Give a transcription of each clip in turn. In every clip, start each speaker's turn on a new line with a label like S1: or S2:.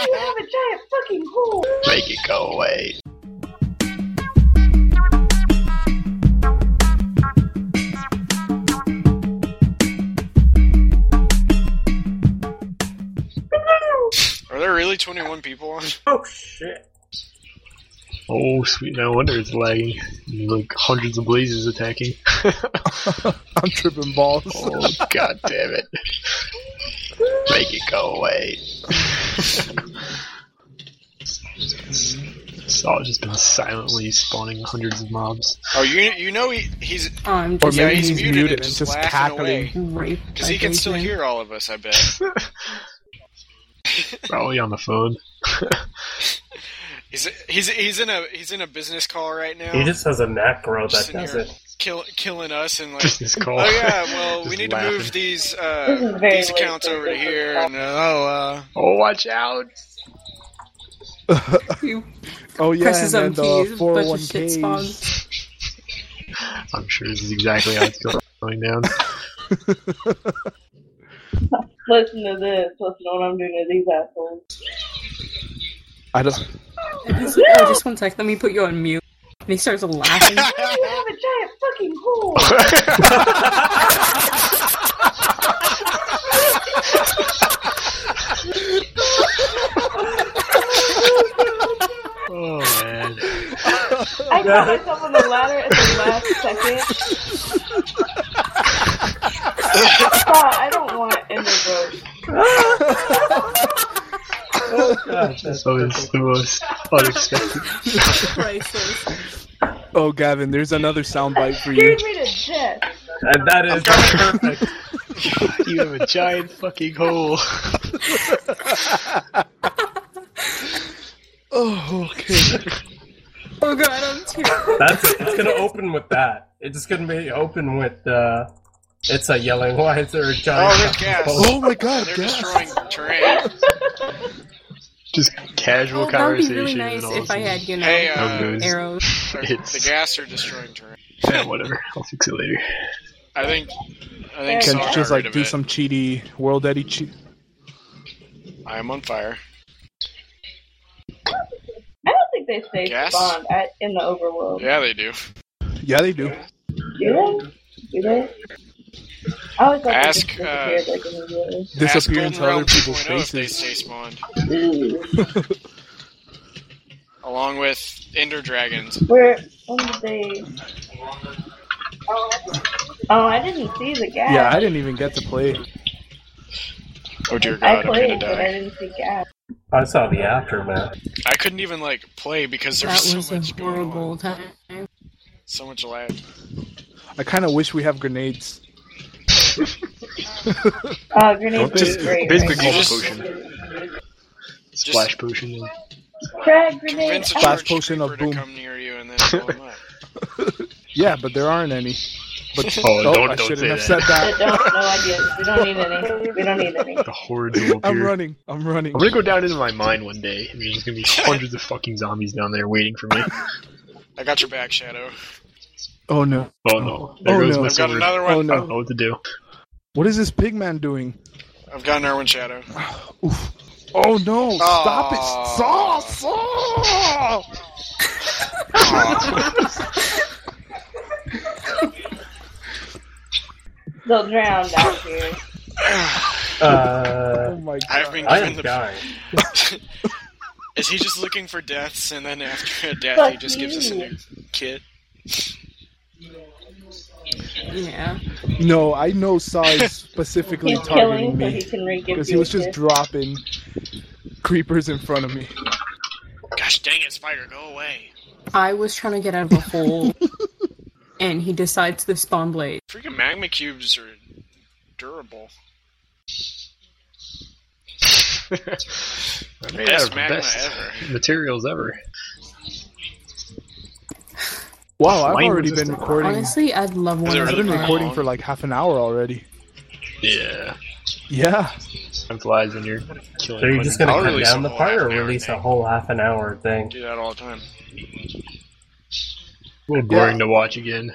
S1: a giant fucking hole.
S2: Make it go away.
S3: Are there really 21 people on?
S1: Oh shit.
S2: Oh, sweet. No wonder it's lagging. Like hundreds of blazes attacking.
S4: I'm tripping balls.
S2: oh, god damn it. Make it go away. Saw just been silently spawning hundreds of mobs.
S3: Oh, you you know he, he's
S1: I'm
S4: Or
S1: just
S3: yeah
S4: maybe
S3: he's,
S4: he's
S3: muted,
S4: muted
S3: and
S4: and
S3: just,
S4: just
S3: laughing
S4: cackling.
S3: away
S1: rape.
S3: because he can still
S1: vibration.
S3: hear all of us. I bet
S2: Probably on the phone.
S3: he's he's he's in a he's in a business call right now,
S5: He just has a macro
S3: Just
S5: that
S3: in
S5: does
S3: here.
S5: it.
S3: kill, killing us and like.
S2: Business call.
S3: Oh yeah, well we
S2: Just
S3: need to
S2: laughing.
S3: move these
S1: This
S3: uh,
S1: is very
S3: these accounts
S1: late.
S3: over to here. And, uh, oh, uh,
S2: Oh, watch out!
S1: You
S4: Oh yeah,
S1: presses on
S4: and then
S1: keys,
S4: the
S1: bunch of shit
S4: 401ks.
S1: spawns.
S2: I'm sure this is exactly how it's going down.
S6: Listen to this. Listen to what I'm doing to these assholes.
S4: I just
S1: oh, just one sec. Let me put you on mute. And he starts laughing.
S6: You have a giant fucking hole.
S2: oh man.
S6: I caught myself on the ladder at the last second. Fuck, I don't want in the boat.
S5: God, that's
S2: That was the most unexpected.
S1: Priceless.
S4: oh Gavin, there's another soundbite for you.
S6: Scared me to death.
S5: And that is perfect.
S2: You have a giant fucking hole.
S4: Oh okay.
S1: Oh god, I'm terrified.
S5: That's it. It's gonna open with that. It's just gonna be open with uh it's a yelling, why is there a giant
S3: Oh, there's gas.
S5: hole?"
S4: Oh my god,
S3: they're
S4: gas.
S3: destroying terrain.
S2: Just casual
S1: Oh, that would be
S2: conversation.
S1: really nice
S2: and all
S1: if I
S2: this
S1: had, you know,
S3: Hey, uh,
S2: Those-
S1: arrows.
S2: It's-
S3: the gas are destroying terrain.
S2: is- Yeah, whatever. I'll fix it later.
S3: I think I
S6: Can
S3: think
S4: Can
S3: Saul
S6: you
S3: got
S4: just
S3: rid
S4: like
S3: of
S4: do
S3: it.
S4: some cheaty world eddy cheat.
S3: I am on fire.
S6: I don't think they stay
S3: Gas?
S6: spawned at, in the overworld.
S3: Yeah, they do.
S4: Yeah, they do.
S6: Do they? Do they? I always thought they
S3: Ask,
S6: just disappeared like immediately.
S4: Disappear
S3: Ask
S4: into
S3: Golden
S4: other
S3: Realm
S4: people's
S3: 2.0 if They
S4: faces.
S3: stay spawned. Along with Ender Dragons.
S6: Where? When did they? Oh, I didn't see the gas.
S4: Yeah, I didn't even get to play.
S3: Oh dear god,
S6: I
S3: I'm gonna
S6: played, but I
S3: die.
S6: didn't see gas.
S5: I saw the aftermath.
S3: I couldn't even like play because
S1: That
S3: there's so
S1: was
S3: much
S1: a
S3: going
S1: horrible
S3: on.
S1: time.
S3: So much lag.
S4: I kind of wish we have grenades.
S6: Uh, grenades
S2: Just Oh,
S6: are great.
S2: basically
S3: You
S2: call
S3: just-
S2: potion. Splash potion.
S6: Frag grenade.
S3: Convince a
S6: out.
S4: Flash
S3: church
S4: potion of
S3: creeper to
S4: boom.
S3: come near you and then blow him up.
S4: Yeah, but there aren't any. But
S2: Oh,
S4: oh,
S2: don't
S4: I
S2: don't
S4: shouldn't
S2: say that.
S4: have said
S6: I
S4: that.
S6: don't. No ideas. We don't need any. We don't need any.
S2: The hordes will appear.
S4: I'm running. I'm running.
S2: I'm gonna go down into my mine one day, and there's just gonna be hundreds of fucking zombies down there waiting for me.
S3: I got your back, Shadow.
S4: Oh no.
S2: Oh no! There
S4: Oh,
S2: goes
S4: no.
S2: my
S3: I've got
S2: sword.
S3: another
S4: Oh
S3: one.
S2: I don't know
S4: no.
S2: what to do.
S4: What is this pig man doing?
S3: I've got another one, Shadow.
S4: Oof. Oh no! Stop it!
S2: Oh.
S3: Aw.
S4: Saw! Saw!
S6: They'll drown down here.
S4: Oh
S5: Uh
S4: my
S3: I've
S4: god.
S3: been
S5: I am
S3: given
S5: dying.
S3: the. Is he just looking for deaths and then after a death he just gives us a new kit?
S1: Yeah.
S4: No, I know Saw is specifically
S6: He's
S4: targeting
S6: killing so he
S4: me
S6: can re-give
S4: because
S6: you
S4: he was
S6: a
S4: just
S6: kiss.
S4: dropping creepers in front of me.
S3: Gosh dang it, Spider, go away.
S1: I was trying to get out of a hole, and he decides to spawn blade.
S3: Freaking magma cubes are durable.
S2: I'm made out
S3: Best
S2: of
S3: magma
S2: best
S3: ever.
S2: materials ever.
S4: Wow, I've
S2: Flame
S4: already been
S2: resistant.
S4: recording.
S1: Honestly, I'd love one
S3: there
S1: of
S4: I've been
S3: really
S1: those.
S4: recording
S3: long?
S4: for like half an hour already.
S2: Yeah,
S4: Yeah.
S2: time flies when you're killing.
S5: So you're
S2: hundreds.
S5: just gonna
S3: I'll
S5: cut
S3: release
S5: down
S3: a
S5: the
S3: whole
S5: fire
S3: half
S5: or
S3: an hour
S5: release a
S3: thing.
S5: whole half an hour thing?
S3: Do that all the time.
S2: A little boring to watch again.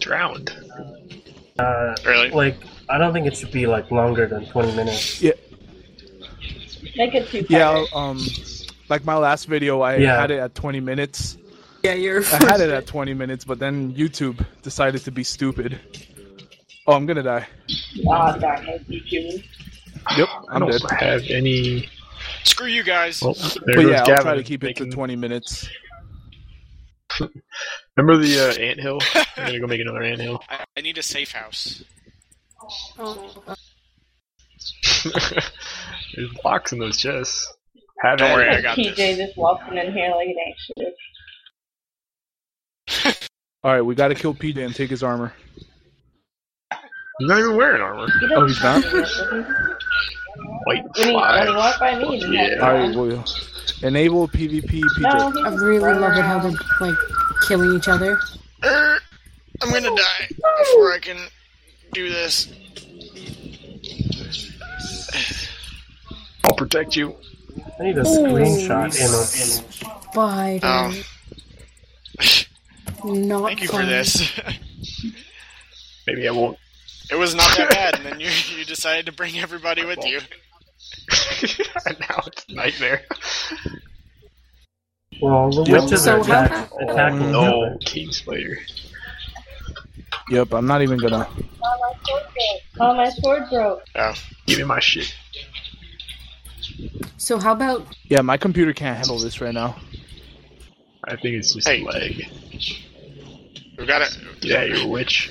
S2: Drowned.
S5: Uh
S3: Really?
S5: like I don't think it should be like longer than twenty minutes.
S4: Yeah.
S6: Make it two.
S4: Yeah, um, like my last video, I
S5: Yeah.
S4: had it at 20 minutes.
S1: Yeah, you're.
S4: I had it at 20 minutes, but then YouTube decided to be stupid. Oh, I'm gonna die.
S6: Ah, darn it, you human.
S4: Yep,
S2: I
S4: I'm
S2: don't
S4: dead.
S2: have any.
S3: Screw you guys.
S2: Well, there
S4: But
S2: goes
S4: yeah,
S2: Gavin.
S4: I'll try to keep it to
S2: making-
S4: 20 minutes.
S2: Remember the uh, anthill? I'm gonna go make another anthill.
S3: I, I need a safe house.
S1: Oh,
S2: There's blocks in those chests. Have
S3: Don't
S2: at
S3: worry,
S2: it.
S3: I got
S6: TJ
S3: this.
S6: just walking in here like an anxious.
S4: All right, we gotta kill PJ and take his armor.
S2: I'm not even wearing armor.
S6: You
S4: Oh, he's not?
S2: White
S6: When he, when he
S2: flies.
S6: walked by me, he didn't
S2: Yeah.
S6: have
S4: All
S6: it
S4: right,
S6: on.
S4: we'll enable PvP
S6: No,
S4: PJ.
S6: he
S1: I
S6: just
S1: really
S6: ran
S1: love it how
S6: around.
S1: they're like killing each other.
S3: Er, I'm gonna die before I can do this.
S2: I'll protect you.
S5: I need a screenshot in a
S1: Bye.
S3: Oh,
S1: Not
S3: thank you for
S1: fun.
S3: this.
S2: Maybe I won't.
S3: it was not that bad, and then you you decided to bring everybody with you.
S2: now it's a nightmare.
S5: Well, the
S4: Yep.
S5: witches
S1: So
S5: are
S1: how-
S5: attack, attacking
S2: No, King Spider.
S4: Yep, I'm not even gonna.
S6: Oh, my sword broke. Oh, my sword broke.
S3: Oh,
S2: Give me my shit.
S1: So how about
S4: Yeah, my computer can't handle this right now.
S2: I think it's just
S3: Hey.
S2: lag.
S3: we got it.
S2: Yeah, you're a witch.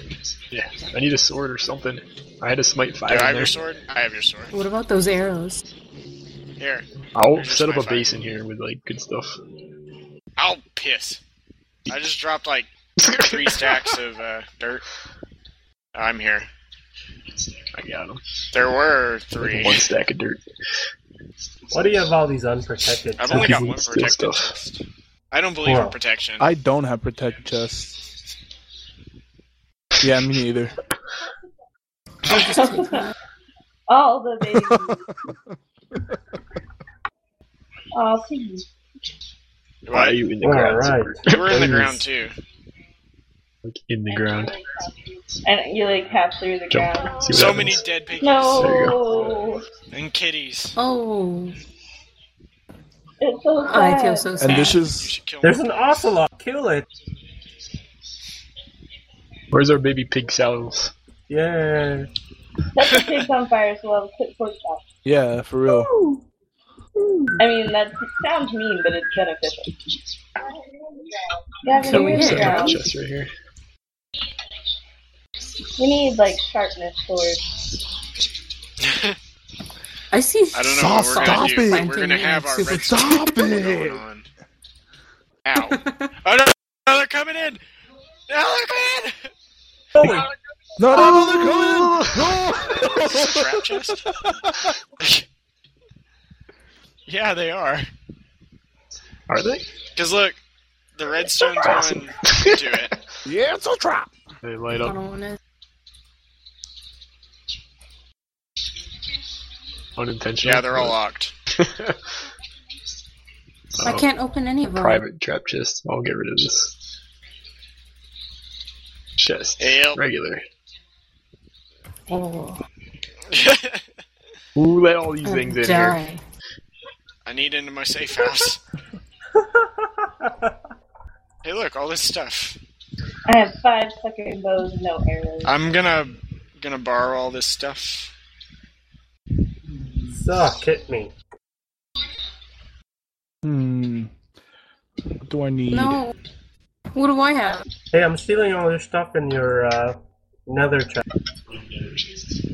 S2: Yeah, I need a sword or something. I had to smite
S3: Do
S2: five.
S3: I
S2: in
S3: have
S2: there.
S3: your sword? I have your sword.
S1: what about those arrows?
S3: Here,
S2: I'll
S3: Here's
S2: set up
S3: my
S2: a
S3: fire.
S2: base in here with like good stuff.
S3: I'll piss. I just dropped like three stacks of uh, dirt. I'm here.
S2: I got them.
S3: There were three.
S2: One stack of dirt.
S5: Why do you have all these unprotected?
S3: I've only got
S2: People
S3: one
S2: steal
S3: protected
S2: stuff.
S3: chest. I don't believe
S5: Wow.
S3: in protection.
S4: I don't have protect chest. Yeah, me neither.
S6: All the babies. oh, please.
S2: Why are you in the ground?
S5: Alright.
S2: Zipper?
S3: They were in the
S5: Please.
S3: ground too.
S2: Like, in the ground.
S6: And you like half through the
S2: Jump.
S6: ground.
S2: See what
S3: So
S2: happens.
S3: many dead pigs
S2: There you
S6: No,
S3: and kitties.
S1: Oh,
S6: it's so sad.
S1: I feel so sad.
S4: And this
S3: You
S4: is
S3: should kill
S5: There's
S3: them.
S5: an ocelot. Kill it.
S2: Where's our baby pig cells?
S5: Yeah.
S6: That's the pigs on fire, so I'll put pork back.
S4: yeah, for real.
S6: I mean, that sounds mean, but it's beneficial. Gavin,
S2: Got
S1: Can we
S6: you're in
S2: one
S6: the
S1: hit
S2: set up
S1: them?
S2: a
S6: ground.
S2: chest right here.
S6: We need like sharpness swords.
S1: I see.
S3: I don't know what we're gonna
S4: Stop
S3: do. but
S1: it.
S3: We're gonna have our
S1: Super-
S3: red
S4: Stop
S3: going
S4: it!
S3: on. Ow. Oh no, no, they're coming in! No, they're coming in!
S5: Holy
S4: No, no, no,
S3: Is this a trap chest? yeah, they are.
S2: Are they?
S3: Cause look, the redstone's
S2: Awesome.
S3: on to it.
S4: Yeah, it's a trap.
S2: They light
S1: I
S2: up
S1: don't want to.
S2: unintentionally.
S3: Yeah, they're all locked.
S1: I
S2: Oh,
S1: can't open any of them.
S2: Private trap chest. I'll get rid of this. Chest.
S3: Yep.
S2: Regular.
S1: Oh,
S2: Who let all these
S1: I'll
S2: things in here?
S1: die.
S3: I need into my safe house. hey, look, all this stuff.
S6: I have five fucking bows, no arrows.
S3: I'm gonna gonna borrow all this stuff.
S5: suck! Hit me.
S4: Hmm. What do I need?
S1: No. What do I have?
S5: Hey, I'm stealing all your stuff in your uh, nether chest.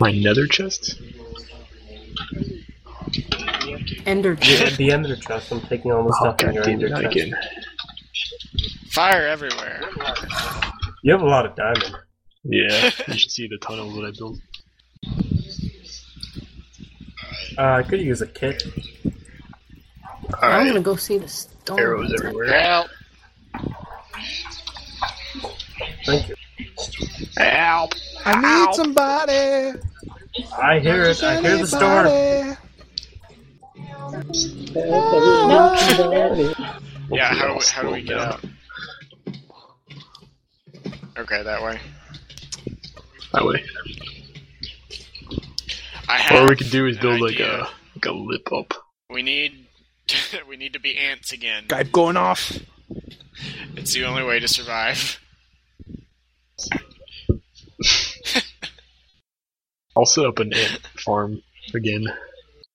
S2: My nether chest?
S1: Ender.
S5: The, the ender chest. I'm taking all the
S2: Oh,
S5: stuff in
S2: god
S5: your
S2: damn
S5: ender
S2: it, not
S5: chest.
S2: again.
S3: Fire everywhere.
S5: You have a lot of diamond.
S2: Yeah, you should see the tunnel that I built.
S5: Uh, I could use a kit.
S1: I'm
S2: Alright,
S1: gonna go see the storm.
S2: arrows everywhere.
S3: Help!
S5: Thank you.
S2: Help!
S4: I need somebody.
S5: I hear it. I hear the storm.
S6: No,
S3: Yeah, how do we,
S2: Hopefully
S3: how do
S2: I'll
S3: we get
S2: slow
S3: out? Okay, that way.
S2: That way.
S3: I
S2: Or
S3: have.
S2: what we could do is
S3: an
S2: build like
S3: idea.
S2: a like a lip up.
S3: We need. we need to be ants again.
S4: Guy going off.
S3: It's the only way to survive.
S2: I'll set up an ant farm again.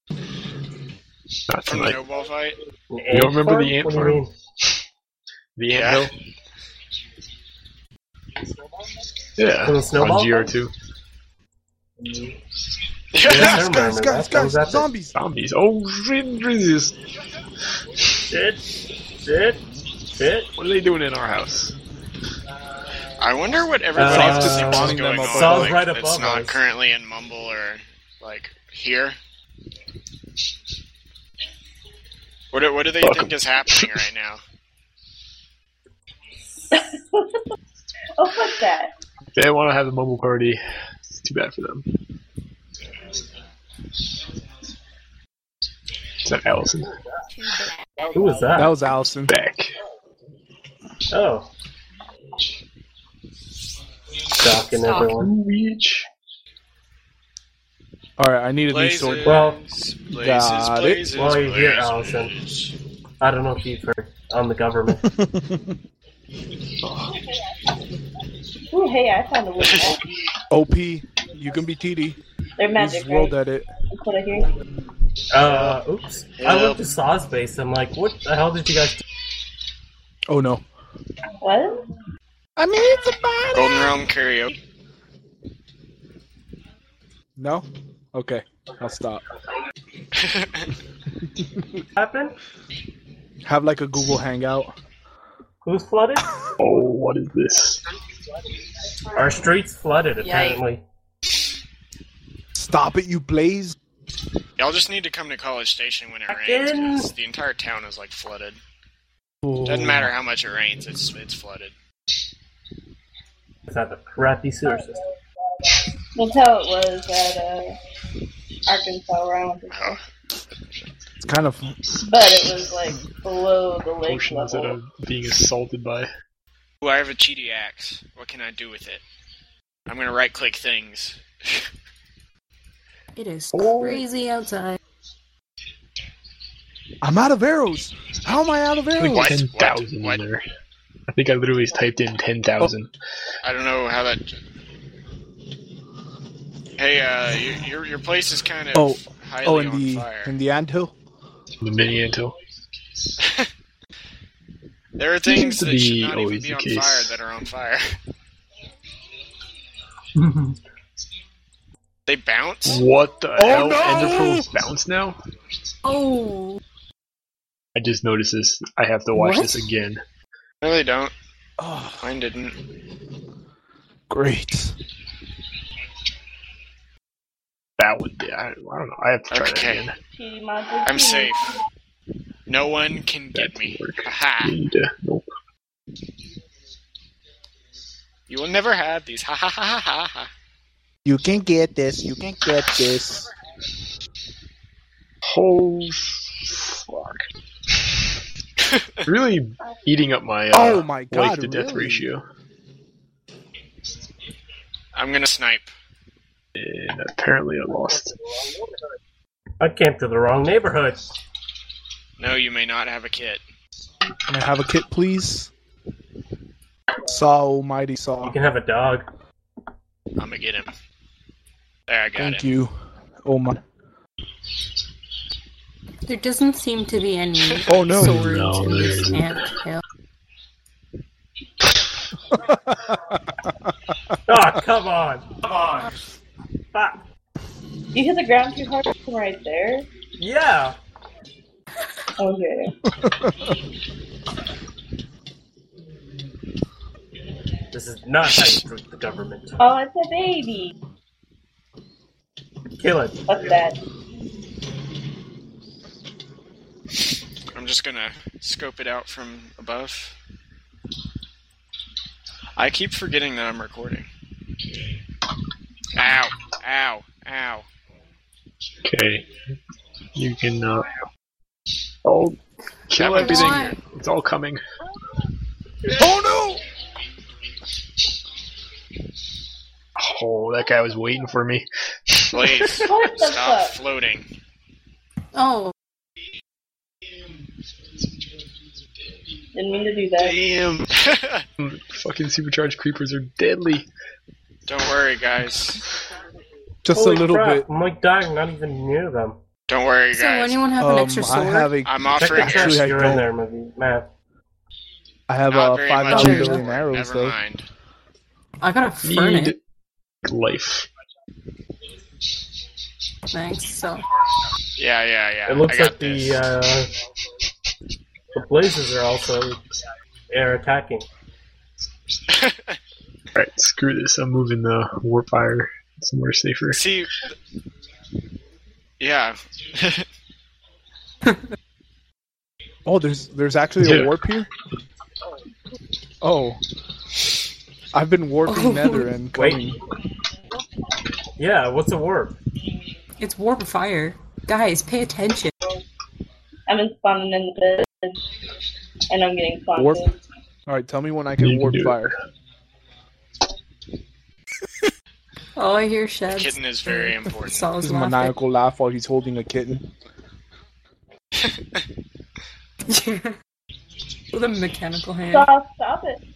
S2: Not
S3: From the
S2: tonight.
S3: snowball fight.
S2: You don't remember the ant
S5: What do you
S2: farm?
S5: mean?
S2: The ant hill. Yeah,
S5: Little
S2: on
S5: snowball?
S2: GR2.
S5: Yeah,
S4: Guys,
S5: never
S4: guys,
S5: mind,
S4: guys,
S5: that goes
S4: guys,
S5: up.
S4: zombies.
S2: Zombies. Oh, shit, Jesus.
S5: Shit, shit, shit.
S2: What are they doing in our house?
S3: I wonder what everybody
S5: Uh,
S3: else thinks is
S4: spawning
S3: going
S4: them up
S3: on.
S4: above.
S3: like,
S5: Right
S3: that's
S5: above
S3: not
S5: us.
S3: currently in Mumble or like here. What do, what do they
S2: Fuck 'em.
S3: think is happening right now?
S6: Oh, fuck that.
S2: They want to have a mumble party. It's too bad for them. Is that Allison?
S5: Who was that?
S4: That was Allison.
S2: Back.
S5: Oh. Shocking
S1: Shock.
S5: everyone.
S2: Bitch.
S4: All right, I need a new
S3: Blazes,
S4: sword.
S5: Well,
S3: blazes,
S4: got it.
S3: blazes,
S5: Well, you're here,
S3: blazes.
S5: Allison. I don't know if you've heard. I'm the government.
S6: Ooh, hey, I found a wood. bat.
S4: OP, you can be TD.
S6: They're
S4: You
S6: magic,
S4: just
S6: right?
S4: rolled at it.
S6: That's what I hear.
S5: uh, oops. I
S3: Yep.
S5: looked at Saw's base. I'm like, what the hell did you guys do?
S4: Oh no.
S6: What?
S4: I mean, it's a body.
S3: Golden Realm karaoke.
S4: No. Okay, I'll stop.
S5: Happened?
S4: Have like a Google Hangout.
S5: Who's flooded?
S2: Oh, what is this?
S5: Our streets flooded,
S1: Yikes.
S5: apparently.
S4: Stop it, you Blaze.
S3: Y'all just need to come to College Station when it
S5: Back
S3: rains.
S5: in.
S3: 'cause The entire town is like flooded. Doesn't matter how much it rains, it's it's flooded.
S5: It's not the crappy sewer system.
S6: That's how it was at uh, Arkansas round.
S3: Oh,
S4: It's kind of
S6: But it was like below the lake
S2: Potions that
S6: level.
S2: I'm being assaulted by.
S3: Ooh, I have a cheaty axe. What can I do with it? I'm gonna right click things.
S1: It is
S2: Oh.
S1: crazy outside.
S4: I'm out of arrows. How am I out of arrows?
S3: What?
S2: Ten thousand
S3: What?
S2: in there. I think I literally typed in ten thousand.
S3: I don't know how that. Hey, uh, your your, your place is kind of
S4: Oh.
S3: highly
S4: Oh, in
S3: on
S4: the
S3: fire.
S4: in the anthill.
S2: The mini antil.
S3: there are things
S2: Seems to
S3: that should
S2: be
S3: not even
S2: always
S3: be
S2: the
S3: on
S2: case.
S3: fire that are on fire. they bounce.
S2: What the
S4: Oh,
S2: hell?
S4: no!
S2: Ender pearls bounce now?
S1: Oh,
S2: I just noticed this. I have to watch
S1: What?
S2: this again.
S3: No, they don't.
S4: Oh,
S3: Mine didn't.
S4: great.
S2: That would be. I, I don't know. I have to try
S3: Okay.
S2: that again.
S6: Cheaty
S3: I'm safe. No one can get
S2: That
S3: me.
S2: didn't work.
S3: Haha.
S2: And, uh, nope.
S3: You will never have these. Ha ha ha ha ha ha.
S4: You can get this. You can get this.
S2: Oh, fuck. really eating up my uh,
S4: Oh my God,
S2: life to death
S4: really?
S2: ratio.
S3: I'm gonna snipe.
S2: And apparently I lost.
S5: I came to the wrong neighborhood.
S3: No, you may not have a kit.
S4: Can I have a kit, please? Saw Almighty Saw.
S5: You can have a dog.
S3: I'm gonna get him. There, I got
S4: Thank
S3: him.
S4: you. Oh my.
S1: there doesn't seem to be any
S4: Oh no.
S1: swords
S2: No,
S1: in
S2: there
S1: this
S2: isn't.
S1: ant hill.
S5: Oh, come on. Come on. Ah,
S6: You hit the ground too hard from right there.
S5: yeah.
S6: Okay.
S5: This is not how you treat the government.
S6: Oh, it's a baby.
S5: Kill it.
S6: Fuck that.
S3: I'm just gonna scope it out from above. I keep forgetting that I'm recording. Ow! Ow! Ow!
S2: Okay. You can. Uh, oh, kill
S3: That would be
S2: everything.
S1: Why?
S2: It's all coming.
S4: Oh
S2: Oh, that guy was waiting for me.
S3: Please
S6: What the
S3: stop
S6: fuck?
S3: floating.
S1: Oh,
S6: Didn't mean to do that.
S2: Damn! Fucking supercharged creepers are deadly.
S3: Don't worry, guys.
S4: Just
S5: Holy
S4: a little
S5: crap,
S4: bit.
S5: I'm like dying, not even near them.
S3: Don't worry,
S1: so
S3: guys.
S1: anyone have an
S4: Um,
S1: extra
S4: I
S1: sword?
S4: have a
S3: I'm
S5: Actually,
S3: offering
S4: Actually, I
S5: you're in
S4: don't.
S5: there, movie. man.
S4: I have
S3: not
S4: uh,
S3: very
S4: five
S3: much
S4: million
S1: extra.
S4: billion arrows
S3: Never
S4: though.
S3: mind.
S1: I got a furnace.
S2: Need life.
S1: Thanks. So
S3: Yeah, yeah, yeah.
S5: It looks
S3: I got
S5: like
S3: this.
S5: the uh, the blazes are also air attacking.
S2: Alright, screw this. I'm moving the warfire somewhere safer.
S3: See, yeah,
S4: Oh, there's there's actually a
S2: Yeah.
S4: warp here. Oh, I've been warping Nether and
S5: Wait.
S4: coming.
S5: Yeah, what's a warp?
S1: it's warp fire. Guys, pay attention.
S6: I've been spawning in the bed, and I'm getting spawned.
S4: Warp.
S6: in.
S4: All right, tell me when I
S2: You
S4: can
S2: can
S4: warp
S2: do it.
S4: fire.
S1: Oh, I hear sheds.
S3: kitten is very important.
S1: Saul's
S4: His
S1: laughing.
S4: maniacal laugh while he's holding a kitten.
S1: Yeah. With a mechanical hand.
S6: Stop, stop it.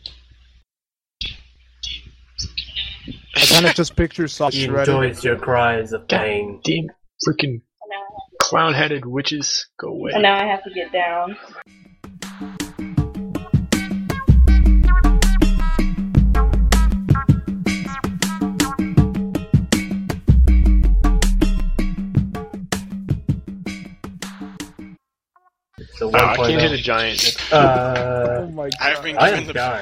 S4: I kind of just picture soft
S5: He
S4: shredded.
S5: enjoys your cries of pain.
S2: Damn freaking
S6: And now,
S2: clown headed witches. Go away.
S6: and now I have to get down.
S5: The
S2: Ah, I can't
S5: 1.0.
S2: hit a giant.
S4: Oh
S5: Uh,
S4: my god!
S3: I've been
S5: I Uh,
S3: given
S5: am
S3: the
S4: Oh
S5: Uh, dying.